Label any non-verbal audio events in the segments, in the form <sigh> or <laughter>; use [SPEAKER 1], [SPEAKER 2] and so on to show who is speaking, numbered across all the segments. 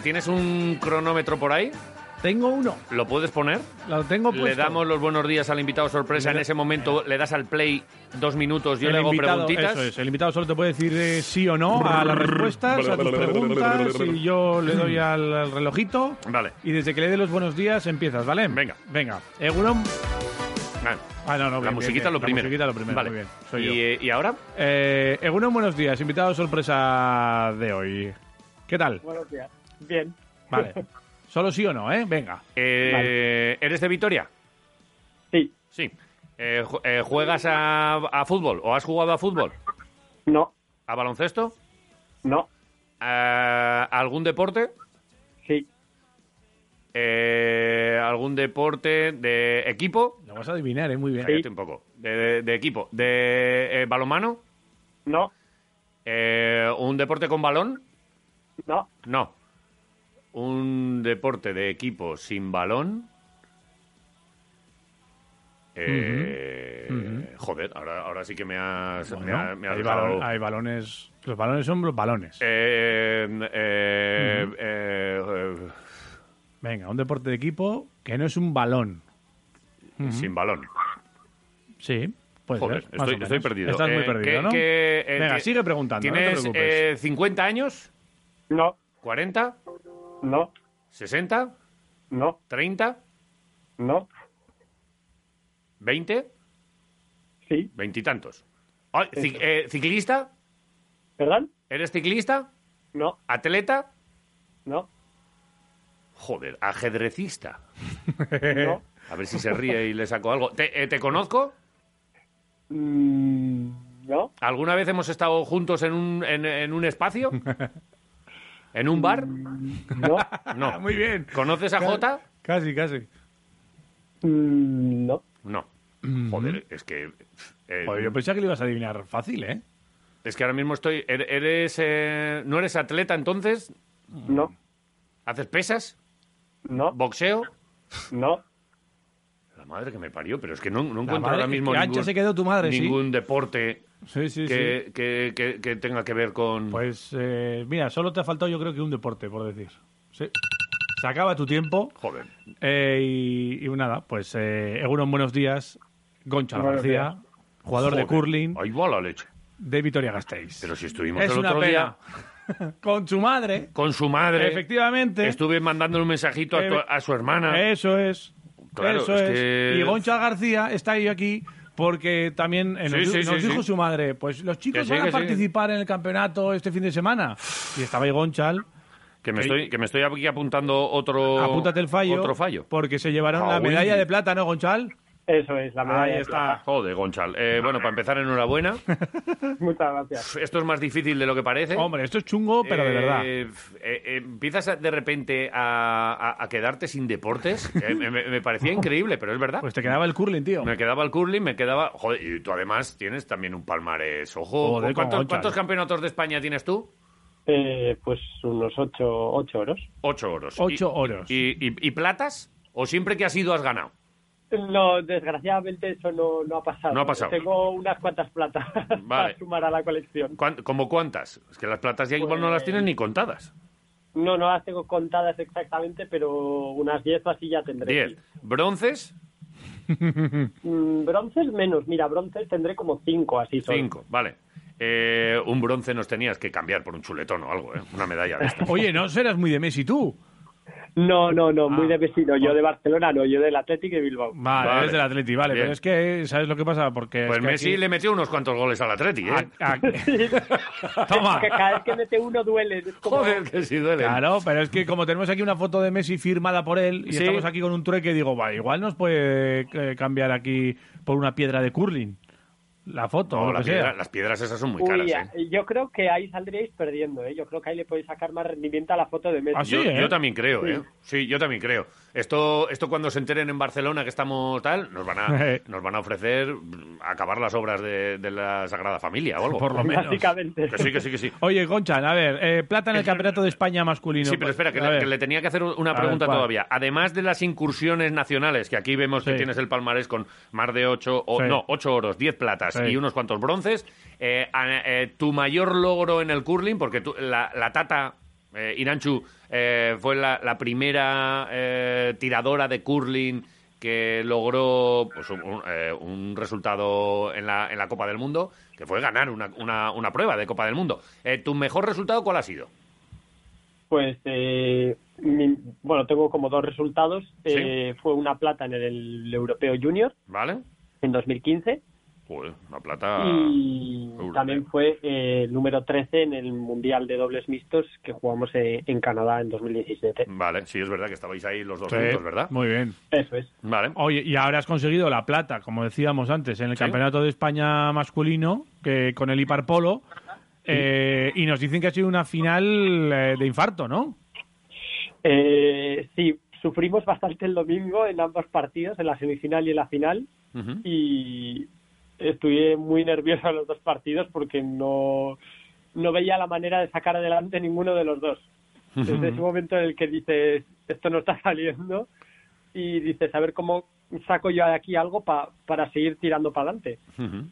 [SPEAKER 1] ¿Tienes un cronómetro por ahí?
[SPEAKER 2] Tengo uno.
[SPEAKER 1] ¿Lo puedes poner?
[SPEAKER 2] Lo tengo puesto.
[SPEAKER 1] Le damos los buenos días al invitado sorpresa. En ese momento le das al play dos minutos, yo le hago preguntitas.
[SPEAKER 2] Eso es, el invitado solo te puede decir eh, sí o no a las respuestas, a tus preguntas, y yo le doy al, al relojito.
[SPEAKER 1] Vale.
[SPEAKER 2] Y desde que le dé los buenos días empiezas, ¿vale?
[SPEAKER 1] Venga.
[SPEAKER 2] Venga. Egunon.
[SPEAKER 1] Ah,
[SPEAKER 2] Ah, no, no,
[SPEAKER 1] La
[SPEAKER 2] bien, bien,
[SPEAKER 1] musiquita
[SPEAKER 2] bien.
[SPEAKER 1] es lo primero.
[SPEAKER 2] La musiquita es lo primero,
[SPEAKER 1] Vale.
[SPEAKER 2] muy bien. Soy
[SPEAKER 1] ¿Y,
[SPEAKER 2] yo.
[SPEAKER 1] eh, ¿Y ahora?
[SPEAKER 2] Eh, Egunon, buenos días. Invitado sorpresa de hoy. ¿Qué tal?
[SPEAKER 3] Buenos días. Bien.
[SPEAKER 2] Vale. Solo sí o no, ¿eh? Venga.
[SPEAKER 1] Eh, ¿Eres de Vitoria?
[SPEAKER 3] Sí.
[SPEAKER 1] Sí. Eh, ju- eh, ¿Juegas a, a fútbol o has jugado a fútbol?
[SPEAKER 3] No.
[SPEAKER 1] ¿A baloncesto?
[SPEAKER 3] No.
[SPEAKER 1] ¿A ¿Algún deporte?
[SPEAKER 3] Sí.
[SPEAKER 1] Eh, ¿Algún deporte de equipo?
[SPEAKER 2] Lo vas a adivinar, ¿eh? Muy bien.
[SPEAKER 1] Cállate un poco. De, de- de equipo. ¿De eh, balonmano?
[SPEAKER 3] No.
[SPEAKER 1] Eh, ¿Un deporte con balón?
[SPEAKER 3] No.
[SPEAKER 1] No. Un deporte de equipo sin balón. Eh, Joder, ahora, ahora sí que me has, me
[SPEAKER 2] Bueno,
[SPEAKER 1] ha- me has
[SPEAKER 2] hay,
[SPEAKER 1] dejado-
[SPEAKER 2] balon- hay balones. Los balones son los balones.
[SPEAKER 1] Eh, eh, eh, eh,
[SPEAKER 2] Venga, un deporte de equipo que no es un balón.
[SPEAKER 1] Sin balón.
[SPEAKER 2] Sí, puede
[SPEAKER 1] Joder,
[SPEAKER 2] ser. más o
[SPEAKER 1] estoy,
[SPEAKER 2] menos.
[SPEAKER 1] estoy perdido.
[SPEAKER 2] Estás muy
[SPEAKER 1] Eh,
[SPEAKER 2] perdido,
[SPEAKER 1] ¿qué-
[SPEAKER 2] ¿no?
[SPEAKER 1] qué- eh,
[SPEAKER 2] Venga,
[SPEAKER 1] ti-
[SPEAKER 2] sigue preguntando, no te
[SPEAKER 1] ¿Tienes
[SPEAKER 2] preocupes.
[SPEAKER 1] eh, 50 años?
[SPEAKER 3] No.
[SPEAKER 1] ¿40?
[SPEAKER 3] No.
[SPEAKER 1] ¿60?
[SPEAKER 3] No.
[SPEAKER 1] ¿30?
[SPEAKER 3] No.
[SPEAKER 1] ¿20?
[SPEAKER 3] Sí.
[SPEAKER 1] ¿Veintitantos? Ay, ci- eh, ¿Ciclista?
[SPEAKER 3] ¿Perdón?
[SPEAKER 1] ¿Eres ciclista?
[SPEAKER 3] No.
[SPEAKER 1] ¿Atleta?
[SPEAKER 3] No.
[SPEAKER 1] Joder, ajedrecista. <laughs>
[SPEAKER 3] No.
[SPEAKER 1] A ver si se ríe y le saco algo. ¿Te, eh, te conozco?
[SPEAKER 3] Mm, no.
[SPEAKER 1] ¿Alguna vez hemos estado juntos en un, en, en un
[SPEAKER 2] <laughs>
[SPEAKER 1] espacio? ¿En un bar?
[SPEAKER 3] No.
[SPEAKER 1] No.
[SPEAKER 2] Mm. <laughs> Muy bien.
[SPEAKER 1] ¿Conoces a Jota? Eh,
[SPEAKER 2] Casi, casi.
[SPEAKER 3] Mm, no.
[SPEAKER 1] No. Joder, es que. eh,
[SPEAKER 2] Mm. Joder, Pues yo pensaba que lo ibas a adivinar fácil, ¿eh?
[SPEAKER 1] es que ahora mismo estoy. er- ¿Eres. eh, ¿No eres atleta entonces?
[SPEAKER 3] No.
[SPEAKER 1] ¿Haces pesas?
[SPEAKER 3] No.
[SPEAKER 1] ¿Boxeo?
[SPEAKER 3] No.
[SPEAKER 1] La madre que me parió, pero es que no, no
[SPEAKER 2] La
[SPEAKER 1] encuentro
[SPEAKER 2] madre
[SPEAKER 1] ahora
[SPEAKER 2] que-
[SPEAKER 1] mismo
[SPEAKER 2] que ancha
[SPEAKER 1] ningún,
[SPEAKER 2] se quedó tu madre, sí.
[SPEAKER 1] ningún deporte
[SPEAKER 2] Sí, sí,
[SPEAKER 1] que, que- que- que tenga que ver con.
[SPEAKER 2] Pues eh, mira, solo te ha faltado yo creo que un deporte, por decir. Sí. Se acaba tu tiempo.
[SPEAKER 1] Joder.
[SPEAKER 2] Eh, y, y nada, pues eh, Egunon, buenos días. Goncha
[SPEAKER 3] Buenos
[SPEAKER 2] García, jugador de
[SPEAKER 1] Joder.
[SPEAKER 2] curling
[SPEAKER 1] Ahí va la leche.
[SPEAKER 2] de Vitoria Gasteiz.
[SPEAKER 1] Pero si estuvimos
[SPEAKER 2] es
[SPEAKER 1] el
[SPEAKER 2] una
[SPEAKER 1] otro día
[SPEAKER 2] pena. <laughs> Con su madre,
[SPEAKER 1] con su madre.
[SPEAKER 2] efectivamente. Eh,
[SPEAKER 1] Estuve mandándole un mensajito a, tu- a su hermana.
[SPEAKER 2] Eso es.
[SPEAKER 1] Claro,
[SPEAKER 2] eso
[SPEAKER 1] es
[SPEAKER 2] es.
[SPEAKER 1] que-
[SPEAKER 2] Y Goncha García está ahí aquí porque también eh, nos,
[SPEAKER 1] Sí,
[SPEAKER 2] di-
[SPEAKER 1] sí, sí,
[SPEAKER 2] nos
[SPEAKER 1] sí.
[SPEAKER 2] dijo su madre, pues los chicos
[SPEAKER 1] Que sí,
[SPEAKER 2] van
[SPEAKER 1] que
[SPEAKER 2] a
[SPEAKER 1] sí.
[SPEAKER 2] participar en el campeonato este fin de semana. Y estaba ahí Gonchal.
[SPEAKER 1] Que me,
[SPEAKER 2] que-
[SPEAKER 1] estoy, que me estoy aquí apuntando otro.
[SPEAKER 2] Apúntate el fallo.
[SPEAKER 1] Otro fallo.
[SPEAKER 2] Porque se llevaron
[SPEAKER 1] Ah, ¿Eh?
[SPEAKER 2] la
[SPEAKER 1] uy.
[SPEAKER 2] medalla de plata, ¿no, Gonchal?
[SPEAKER 3] Eso es, la medalla.
[SPEAKER 2] Ahí
[SPEAKER 3] de
[SPEAKER 2] está.
[SPEAKER 1] Joder, Gonchal. Eh, bueno, para empezar,
[SPEAKER 2] <laughs>
[SPEAKER 1] enhorabuena.
[SPEAKER 3] plata. Muchas gracias.
[SPEAKER 1] Esto es más difícil de lo que parece.
[SPEAKER 2] Hombre, esto es chungo, pero de
[SPEAKER 1] Eh,
[SPEAKER 2] verdad.
[SPEAKER 1] f- eh, eh, empiezas a- de repente a, a- a quedarte sin
[SPEAKER 2] <laughs>
[SPEAKER 1] deportes. Eh, me, me- me parecía increíble, pero es verdad.
[SPEAKER 2] Pues te quedaba el curling, tío.
[SPEAKER 1] me quedaba el curling, me quedaba. Joder, y tú además tienes también un palmarés. Ojo, ¿Cuántos-
[SPEAKER 2] Joder, como Gonchal.
[SPEAKER 1] ¿cuántos campeonatos de España tienes tú?
[SPEAKER 3] Eh, pues unos ocho, ocho oros.
[SPEAKER 1] Ocho oros.
[SPEAKER 2] Ocho
[SPEAKER 1] Y-
[SPEAKER 2] oros.
[SPEAKER 1] Y, y- y platas? ¿O siempre que has ido has ganado?
[SPEAKER 3] No, desgraciadamente eso no, no ha pasado.
[SPEAKER 1] No ha pasado.
[SPEAKER 3] Tengo unas cuantas platas <laughs>
[SPEAKER 1] Vale.
[SPEAKER 3] para sumar a la colección.
[SPEAKER 1] ¿Cuán- ¿Cómo cuántas? Es que las platas ya igual no las tienes ni contadas.
[SPEAKER 3] No, no las tengo contadas exactamente, pero unas diez o así ya tendré.
[SPEAKER 1] Diez. ¿Bronces?
[SPEAKER 3] Mm, bronces menos, mira, bronces tendré como cinco así. solo.
[SPEAKER 1] Cinco, vale. Eh, un bronce nos tenías que cambiar por un chuletón o algo, ¿eh? Una medalla
[SPEAKER 2] <laughs>
[SPEAKER 1] de estas.
[SPEAKER 2] Oye, no serás muy de Messi tú.
[SPEAKER 3] No, no, no, muy
[SPEAKER 2] Ah.
[SPEAKER 3] de vecino. Yo de Barcelona, no, yo del Athletic de Bilbao. <laughs>
[SPEAKER 2] Vale,
[SPEAKER 1] Vale.
[SPEAKER 2] eres del Atleti, vale.
[SPEAKER 1] Bien.
[SPEAKER 2] Pero es que, eh, ¿sabes lo que pasa? Porque.
[SPEAKER 1] Pues
[SPEAKER 2] es que
[SPEAKER 1] Messi
[SPEAKER 2] aquí- Ah,
[SPEAKER 1] le metió unos cuantos goles al Atleti, ¿eh?
[SPEAKER 2] a- a- Toma.
[SPEAKER 3] Que cada vez que mete uno duele. es como-
[SPEAKER 1] <laughs> Joder, que sí duele.
[SPEAKER 2] Claro, pero es que como tenemos aquí una foto de Messi firmada por él y
[SPEAKER 1] Sí.
[SPEAKER 2] estamos aquí con un trueque, digo, va, igual nos puede eh, cambiar aquí por una piedra de curling. La foto,
[SPEAKER 1] No,
[SPEAKER 2] o
[SPEAKER 1] la
[SPEAKER 2] lo que sea.
[SPEAKER 1] piedra- las piedras esas son muy
[SPEAKER 3] Uy,
[SPEAKER 1] caras.
[SPEAKER 3] a-
[SPEAKER 1] ¿eh?
[SPEAKER 3] Yo creo que ahí saldríais perdiendo, ¿eh? Yo creo que ahí le podéis sacar más rendimiento a la foto de Messi.
[SPEAKER 2] ¿Ah, sí,
[SPEAKER 1] yo,
[SPEAKER 2] eh?
[SPEAKER 1] yo también creo,
[SPEAKER 3] Sí.
[SPEAKER 1] ¿eh? Sí, yo también creo. Esto, esto cuando se enteren en Barcelona que estamos tal, nos van
[SPEAKER 2] <laughs>
[SPEAKER 1] a, nos van a ofrecer mm, acabar las obras de, de la Sagrada Familia o algo.
[SPEAKER 2] Por lo menos.
[SPEAKER 3] Básicamente.
[SPEAKER 1] Que sí, que sí, que sí.
[SPEAKER 2] Oye, Gonchan, a ver, eh, plata en el campeonato de España masculino. pues,
[SPEAKER 1] Sí, pero espera, que
[SPEAKER 2] A
[SPEAKER 1] le,
[SPEAKER 2] ver.
[SPEAKER 1] que le tenía que hacer
[SPEAKER 2] A
[SPEAKER 1] una
[SPEAKER 2] ver,
[SPEAKER 1] pregunta
[SPEAKER 2] ¿cuál?
[SPEAKER 1] todavía. Además de las incursiones nacionales, que aquí vemos
[SPEAKER 2] Sí.
[SPEAKER 1] que tienes el palmarés con más de ocho, o,
[SPEAKER 2] Sí.
[SPEAKER 1] no, ocho oros, diez platas
[SPEAKER 2] Sí.
[SPEAKER 1] y unos cuantos bronces, eh, a- eh, tu mayor logro en el curling, porque tú- la, la tata eh, Inanchu eh, fue la, la primera eh, tiradora de curling que logró pues, un, un, eh, un resultado en la, en la Copa del Mundo, que fue ganar una, una- una prueba de Copa del Mundo. Eh, ¿Tu mejor resultado cuál ha sido?
[SPEAKER 3] Pues, eh, mi- bueno, tengo como dos resultados.
[SPEAKER 1] Sí.
[SPEAKER 3] Eh, fue una plata en el Europeo Junior
[SPEAKER 1] ¿Vale?
[SPEAKER 3] en 2015
[SPEAKER 1] Joder, la Pues, plata.
[SPEAKER 3] y
[SPEAKER 1] Europeo.
[SPEAKER 3] también fue eh, el número 13 en el Mundial de Dobles Mixtos que jugamos eh, en Canadá en 2017.
[SPEAKER 1] Vale, sí, es verdad que estabais ahí los dos
[SPEAKER 2] Sí,
[SPEAKER 1] juntos, ¿verdad?
[SPEAKER 2] Muy bien.
[SPEAKER 3] Eso es.
[SPEAKER 1] Vale.
[SPEAKER 2] Oye, y ahora has conseguido la plata, como decíamos antes, en el
[SPEAKER 1] Sí.
[SPEAKER 2] Campeonato de España masculino, que con el Hiparpolo, eh, y nos dicen que ha sido una final eh, de infarto, ¿no?
[SPEAKER 3] Eh, sí, sufrimos bastante el domingo en ambos partidos, en la semifinal y en la final,
[SPEAKER 1] Ujú.
[SPEAKER 3] y estuve muy nervioso en los dos partidos porque no, no veía la manera de sacar adelante ninguno de los dos. Desde ese momento en el que dices, esto no está saliendo, y dices, a ver cómo saco yo de aquí algo pa- para seguir tirando para adelante.
[SPEAKER 1] Ujú.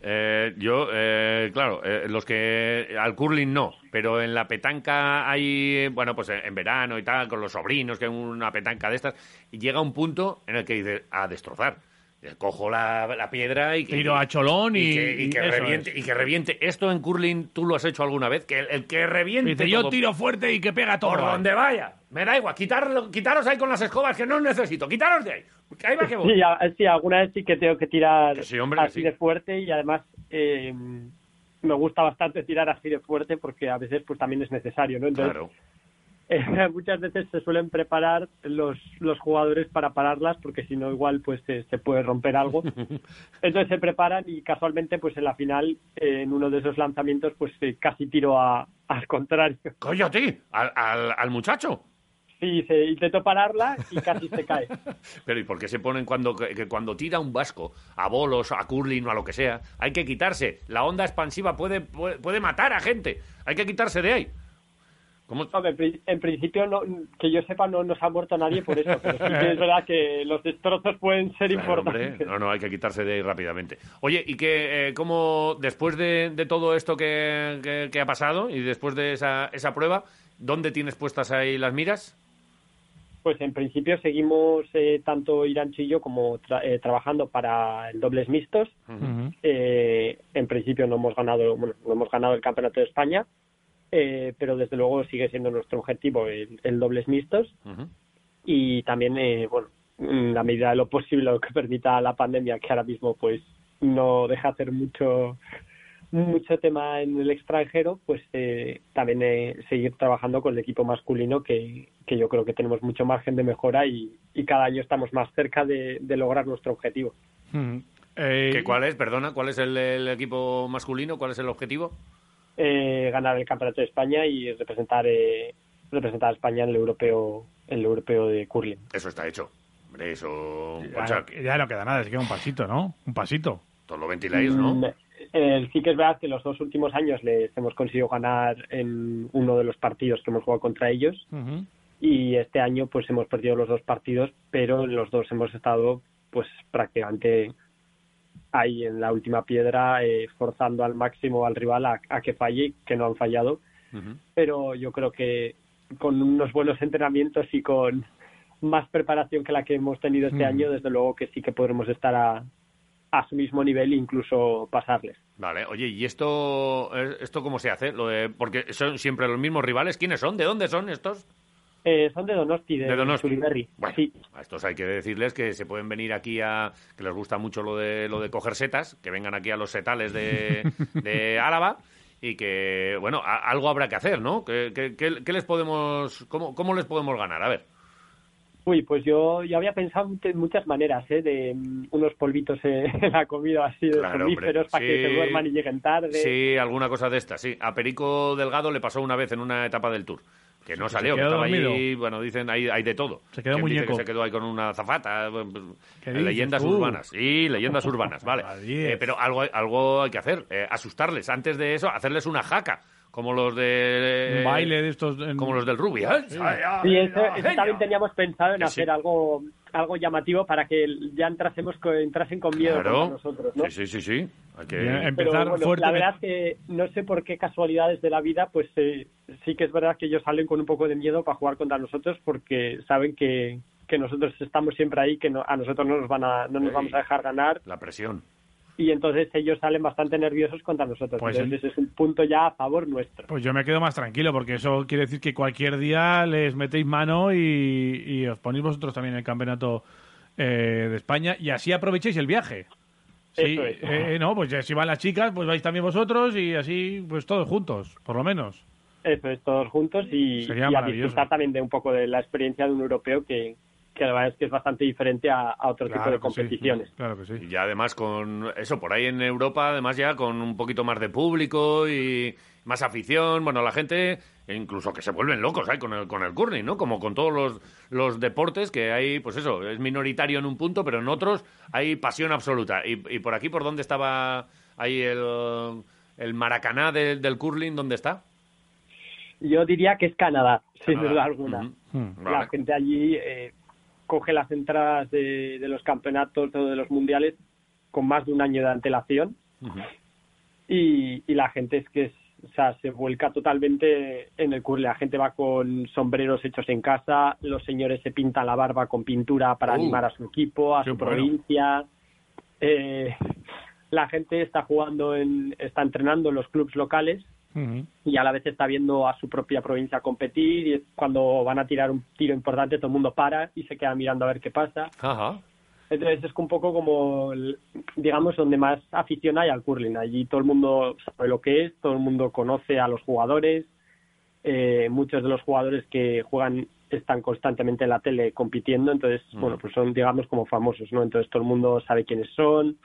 [SPEAKER 1] Eh, yo, eh, claro, eh, los que al curling no, pero en la petanca hay, eh, bueno, pues en, en verano y tal, con los sobrinos, que hay una petanca de estas, y llega un punto en el que dices, a destrozar. Eh, Cojo la, la piedra y que-
[SPEAKER 2] Tiro a cholón y-
[SPEAKER 1] que,
[SPEAKER 2] y
[SPEAKER 1] que
[SPEAKER 2] eso
[SPEAKER 1] reviente,
[SPEAKER 2] es.
[SPEAKER 1] y que reviente. Esto en curling tú lo has hecho alguna vez, que el, el que reviente.
[SPEAKER 2] Dice, yo
[SPEAKER 1] todo-
[SPEAKER 2] tiro fuerte y que pega todo.
[SPEAKER 1] Por donde vaya. Me da igual. Quitarlo, quitaros ahí con las escobas que no os necesito. Quitaros de ahí. Que ahí va que voy.
[SPEAKER 3] Sí, a- sí, alguna vez sí que tengo que tirar
[SPEAKER 1] Que sí, hombre, que
[SPEAKER 3] así
[SPEAKER 1] sí.
[SPEAKER 3] de fuerte y además eh, me gusta bastante tirar así de fuerte porque a veces pues también es necesario, ¿no? Entonces,
[SPEAKER 1] Claro.
[SPEAKER 3] <laughs> eh, muchas veces se suelen preparar los, los jugadores para pararlas porque si no igual pues se, se puede
[SPEAKER 1] <laughs>
[SPEAKER 3] romper algo. Entonces se preparan y casualmente pues en la final eh, en uno de esos lanzamientos pues eh, casi tiro a, al contrario. <laughs>
[SPEAKER 1] Coño, a ti. Al, al- al muchacho.
[SPEAKER 3] Sí, se intentó pararla y casi se cae.
[SPEAKER 1] Pero ¿y por qué se ponen cuando, que, que cuando tira un vasco a bolos, a curling o a lo que sea? Hay que quitarse. La onda expansiva puede, puede, puede matar a gente. Hay que quitarse de ahí. ¿Cómo?
[SPEAKER 3] Hombre, en pri- en principio, no, que yo sepa, no nos ha muerto nadie por eso, pero sí que es verdad que los destrozos pueden ser
[SPEAKER 1] Claro, hombre.
[SPEAKER 3] importantes.
[SPEAKER 1] No, no, hay que quitarse de ahí rápidamente. Oye, ¿y que cómo después de, de todo esto que, que- que ha pasado y después de esa, esa prueba, ¿dónde tienes puestas ahí las miras?
[SPEAKER 3] Pues en principio seguimos eh, tanto Irancho y yo como tra- eh, trabajando para el dobles mixtos.
[SPEAKER 2] Ujú.
[SPEAKER 3] Eh, en principio no hemos ganado, bueno, no hemos ganado el campeonato de España, eh, pero desde luego sigue siendo nuestro objetivo el, el dobles mixtos
[SPEAKER 1] Ujú.
[SPEAKER 3] y también, eh, bueno, en la medida de lo posible, lo que permita la pandemia, que ahora mismo pues no deja hacer mucho mucho tema en el extranjero, pues eh, también eh, seguir trabajando con el equipo masculino, que, que yo creo que tenemos mucho margen de mejora y, y cada año estamos más cerca de, de lograr nuestro objetivo.
[SPEAKER 2] Ujú. Eh,
[SPEAKER 1] ¿Qué, ¿Cuál es? Perdona, ¿cuál es el, el equipo masculino? ¿Cuál es el objetivo?
[SPEAKER 3] Eh, ganar el Campeonato de España y representar eh, representar a España en el europeo en el europeo de curling.
[SPEAKER 1] Eso está hecho. Hombre, eso.
[SPEAKER 2] Ya,
[SPEAKER 1] Concha,
[SPEAKER 2] ya no queda nada, se queda un pasito, ¿no? Un pasito.
[SPEAKER 1] todos lo ventiláis, ¿no?
[SPEAKER 3] Mm, eh, sí que es verdad que los dos últimos años les hemos conseguido ganar en uno de los partidos que hemos jugado contra ellos
[SPEAKER 2] Ujú.
[SPEAKER 3] y este año pues hemos perdido los dos partidos, pero en los dos hemos estado pues prácticamente ahí en la última piedra eh, forzando al máximo al rival a, a que falle, que no han fallado,
[SPEAKER 1] Ujú.
[SPEAKER 3] pero yo creo que con unos buenos entrenamientos y con más preparación que la que hemos tenido este
[SPEAKER 2] Mm.
[SPEAKER 3] año, desde luego que sí que podremos estar a, a su mismo nivel e incluso pasarles.
[SPEAKER 1] Vale, oye, ¿y esto, eh, esto cómo se hace? Lo de- porque son siempre los mismos rivales. ¿Quiénes son? ¿De dónde son estos?
[SPEAKER 3] Eh, son de Donosti, de,
[SPEAKER 1] De Donosti.
[SPEAKER 3] Chuliberri.
[SPEAKER 1] Bueno,
[SPEAKER 3] Sí.
[SPEAKER 1] a estos hay que decirles que se pueden venir aquí a. que les gusta mucho lo de, lo de coger setas, que vengan aquí a los setales de, de Álava y que, bueno, a- algo habrá que hacer, ¿no? ¿Qué, qué- qué- qué les podemos. Cómo, ¿Cómo les podemos ganar? A ver.
[SPEAKER 3] Uy, pues yo, yo había pensado de muchas maneras, ¿eh? De mm, unos polvitos eh, <laughs> en la comida así de
[SPEAKER 1] Claro, hombre.
[SPEAKER 3] somníferos para que
[SPEAKER 1] Sí.
[SPEAKER 3] se duerman y lleguen tarde.
[SPEAKER 1] Sí, alguna cosa de estas, sí. A Perico Delgado le pasó una vez en una etapa del Tour. Que no salió, que
[SPEAKER 2] quedó
[SPEAKER 1] estaba allí,
[SPEAKER 2] dormido.
[SPEAKER 1] bueno, dicen, hay, hay de todo.
[SPEAKER 2] Se quedó
[SPEAKER 1] Quien dice
[SPEAKER 2] muñeco.
[SPEAKER 1] que se quedó ahí con una zafata. pues,
[SPEAKER 2] ¿Qué dices
[SPEAKER 1] leyendas
[SPEAKER 2] tú?
[SPEAKER 1] urbanas. Sí, leyendas urbanas,
[SPEAKER 2] <laughs>
[SPEAKER 1] vale.
[SPEAKER 2] Adiós.
[SPEAKER 1] Eh, pero algo, hay- algo hay que hacer, eh, asustarles. Antes de eso, hacerles una jaca, como los de...
[SPEAKER 2] Un baile de estos. en-
[SPEAKER 1] Eh, Como los del Ruby, ¿eh? Ay, ay,
[SPEAKER 3] Sí, eso,
[SPEAKER 1] ay,
[SPEAKER 3] eso
[SPEAKER 1] genio.
[SPEAKER 3] también teníamos pensado en
[SPEAKER 1] Que
[SPEAKER 3] hacer
[SPEAKER 1] sí.
[SPEAKER 3] algo algo llamativo para que ya entrásemos co- entrasen con miedo
[SPEAKER 1] Claro.
[SPEAKER 3] contra nosotros, ¿no?
[SPEAKER 1] Sí, sí, sí, sí. Hay que-
[SPEAKER 2] Bien, em-
[SPEAKER 3] Pero
[SPEAKER 2] Empezar
[SPEAKER 3] bueno,
[SPEAKER 2] fuerte.
[SPEAKER 3] la verdad es que no sé por qué casualidades de la vida, pues eh, sí que es verdad que ellos salen con un poco de miedo para jugar contra nosotros porque saben que, que nosotros estamos siempre ahí, que no- a nosotros no nos van a, no nos
[SPEAKER 1] Ey.
[SPEAKER 3] vamos a dejar ganar
[SPEAKER 1] La presión.
[SPEAKER 3] y entonces ellos salen bastante nerviosos contra nosotros.
[SPEAKER 2] Pues
[SPEAKER 3] entonces ese es un punto ya a favor nuestro.
[SPEAKER 2] Pues yo me quedo más tranquilo, porque eso quiere decir que cualquier día les metéis mano y, y os ponéis vosotros también en el campeonato eh, de España y así aprovecháis el viaje. Sí,
[SPEAKER 3] Eso es.
[SPEAKER 2] eh, no, pues ya si van las chicas, pues vais también vosotros y así, pues todos juntos, por lo menos.
[SPEAKER 3] Eso es, todos juntos y,
[SPEAKER 2] Sería
[SPEAKER 3] y a
[SPEAKER 2] maravilloso.
[SPEAKER 3] disfrutar también de un poco de la experiencia de un europeo que, que la verdad es que es bastante diferente a, a otro tipo de
[SPEAKER 2] que pues sí,
[SPEAKER 3] competiciones.
[SPEAKER 2] claro que sí.
[SPEAKER 1] Y ya además con eso, por ahí en Europa, además ya con un poquito más de público y más afición, bueno, la gente incluso que se vuelven locos ahí con el, con el curling, ¿no? Como con todos los, los deportes que hay, pues eso, es minoritario en un punto, pero en otros hay pasión absoluta. Y, y por aquí, ¿por dónde estaba ahí el, el Maracaná del- del curling? ¿Dónde está?
[SPEAKER 3] Yo diría que es Canadá, sin
[SPEAKER 1] Canadá.
[SPEAKER 3] duda alguna.
[SPEAKER 1] Ujú.
[SPEAKER 2] Hmm.
[SPEAKER 1] Vale.
[SPEAKER 3] La gente allí eh, coge las entradas de, de los campeonatos o de los mundiales con más de un año de antelación
[SPEAKER 1] Ujú.
[SPEAKER 3] y, y la gente es que es- o sea, se vuelca totalmente en el curl. La gente va con sombreros hechos en casa, los señores se pintan la barba con pintura para
[SPEAKER 1] Uh,
[SPEAKER 3] animar a su equipo, a
[SPEAKER 2] Oh. qué
[SPEAKER 3] su
[SPEAKER 2] bueno.
[SPEAKER 3] provincia. Eh, <laughs> la gente está jugando, en, está entrenando en los clubes locales
[SPEAKER 2] Mm, Ujú.
[SPEAKER 3] y a la vez está viendo a su propia provincia competir y cuando van a tirar un tiro importante todo el mundo para y se queda mirando a ver qué pasa.
[SPEAKER 1] Ajá.
[SPEAKER 3] Entonces es un poco como, el- digamos, donde más afición hay al curling. Allí todo el mundo sabe lo que es, todo el mundo conoce a los jugadores. eh, muchos de los jugadores que juegan están constantemente en la tele compitiendo, entonces,
[SPEAKER 1] Ujú.
[SPEAKER 3] bueno, pues son, digamos, como famosos, ¿no? Entonces todo el mundo sabe quiénes son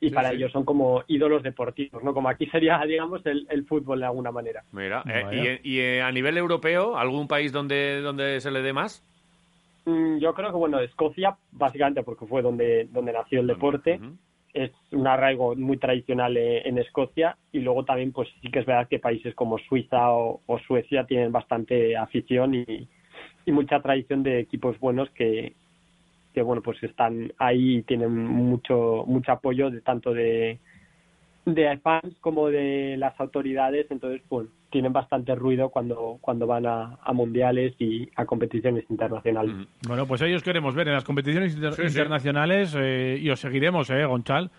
[SPEAKER 3] y
[SPEAKER 1] Sí,
[SPEAKER 3] para
[SPEAKER 1] sí.
[SPEAKER 3] ellos son como ídolos deportivos, ¿no? Como aquí sería, <laughs> digamos, el- el fútbol de alguna manera.
[SPEAKER 1] Mira, eh,
[SPEAKER 2] Vaya.
[SPEAKER 1] y, y, eh, a nivel europeo, ¿algún país donde, donde se le dé más?
[SPEAKER 3] Mm, Yo creo que, bueno, Escocia, básicamente porque fue donde, donde nació el deporte,
[SPEAKER 1] Ujú.
[SPEAKER 3] es un arraigo muy tradicional eh, en Escocia y luego también, pues sí que es verdad que países como Suiza o, o Suecia tienen bastante afición y, y mucha tradición de equipos buenos que, que bueno, pues están ahí y tienen mucho, mucho apoyo de tanto de, de fans como de las autoridades, entonces, pues tienen bastante ruido cuando, cuando van a, a mundiales y a competiciones internacionales.
[SPEAKER 1] Ujú.
[SPEAKER 2] Bueno, pues ahí os queremos ver en las competiciones inter-
[SPEAKER 1] Sí, sí.
[SPEAKER 2] internacionales eh, y os seguiremos, ¿eh, Gonchal?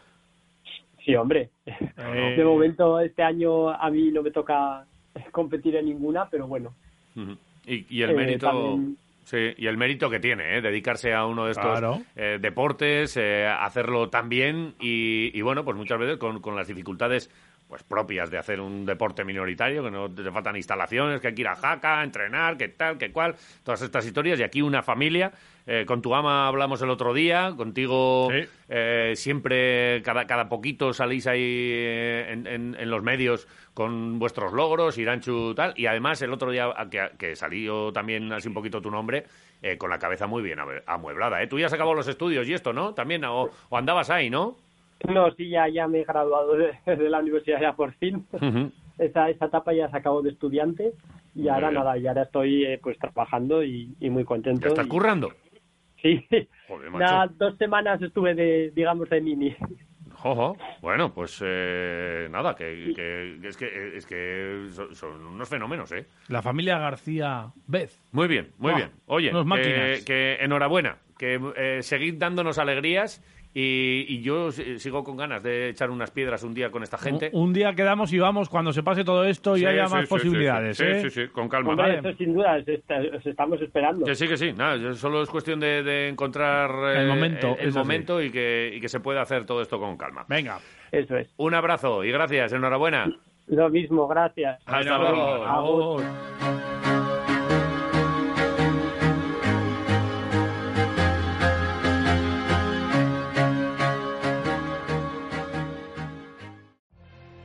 [SPEAKER 3] Sí, hombre.
[SPEAKER 2] Eh,
[SPEAKER 3] De momento, este año a mí no me toca <laughs> competir en ninguna, pero bueno.
[SPEAKER 1] Ujú. Y, y el
[SPEAKER 3] Eh,
[SPEAKER 1] mérito.
[SPEAKER 3] también-
[SPEAKER 1] sí, y el mérito que tiene, ¿eh? dedicarse a uno de estos
[SPEAKER 2] Claro.
[SPEAKER 1] eh, deportes, eh, hacerlo tan bien y, y, bueno, pues muchas veces con, con las dificultades pues propias de hacer un deporte minoritario, que no te faltan instalaciones, que hay que ir a jaca, a entrenar, que tal, que cual, todas estas historias. Y aquí una familia, eh, con tu ama hablamos el otro día, contigo
[SPEAKER 2] Sí.
[SPEAKER 1] eh, siempre, cada, cada poquito salís ahí eh, en, en- en los medios con vuestros logros, Iranchu tal. Y además, el otro día a- que, a- que salió también así un poquito tu nombre, eh, con la cabeza muy bien ame- amueblada. ¿eh? Tú ya has acabado los estudios y esto, ¿no? También, o, o andabas ahí, ¿no?
[SPEAKER 3] No, sí, ya, ya me he graduado de, <laughs> de la universidad ya por fin. <laughs>
[SPEAKER 1] Ujú.
[SPEAKER 3] Esa, esa etapa ya se acabó de estudiante y
[SPEAKER 1] Muy
[SPEAKER 3] ahora
[SPEAKER 1] bien.
[SPEAKER 3] nada, y ahora estoy eh, pues trabajando y, y muy contento.
[SPEAKER 1] ¿Ya estás
[SPEAKER 3] y-
[SPEAKER 1] currando?
[SPEAKER 3] <laughs> Sí.
[SPEAKER 1] Joder, macho. Pues
[SPEAKER 3] Nada, dos semanas estuve de, digamos, de mini.
[SPEAKER 1] Jojo. Bueno, pues eh, nada, que, que- que es que, es que son, son unos fenómenos, ¿eh?
[SPEAKER 2] La familia García Vez.
[SPEAKER 1] Muy bien, muy
[SPEAKER 2] Ah,
[SPEAKER 1] bien. Oye,
[SPEAKER 2] unos
[SPEAKER 1] que,
[SPEAKER 2] máquinas.
[SPEAKER 1] que enhorabuena, que eh, seguid dándonos alegrías y, y yo si- sigo con ganas de echar unas piedras un día con esta gente.
[SPEAKER 2] Un, un día quedamos y vamos cuando se pase todo esto y
[SPEAKER 1] Sí,
[SPEAKER 2] haya
[SPEAKER 1] sí,
[SPEAKER 2] más
[SPEAKER 1] sí,
[SPEAKER 2] posibilidades,
[SPEAKER 1] sí, sí,
[SPEAKER 2] ¿eh?
[SPEAKER 1] Sí, sí, sí, con calma.
[SPEAKER 3] Hombre,
[SPEAKER 1] Vale.
[SPEAKER 3] eso sin duda, os, está- os estamos esperando.
[SPEAKER 1] Que sí, que sí. Nada, yo- solo es cuestión de, de encontrar eh,
[SPEAKER 2] El momento,
[SPEAKER 1] el, el
[SPEAKER 2] eso sí.
[SPEAKER 1] momento y, que, y que se pueda hacer todo esto con calma.
[SPEAKER 2] Venga.
[SPEAKER 3] Eso es.
[SPEAKER 1] Un abrazo y gracias, enhorabuena.
[SPEAKER 3] Lo mismo, gracias.
[SPEAKER 1] Hasta luego.
[SPEAKER 2] Agur.
[SPEAKER 3] Agur.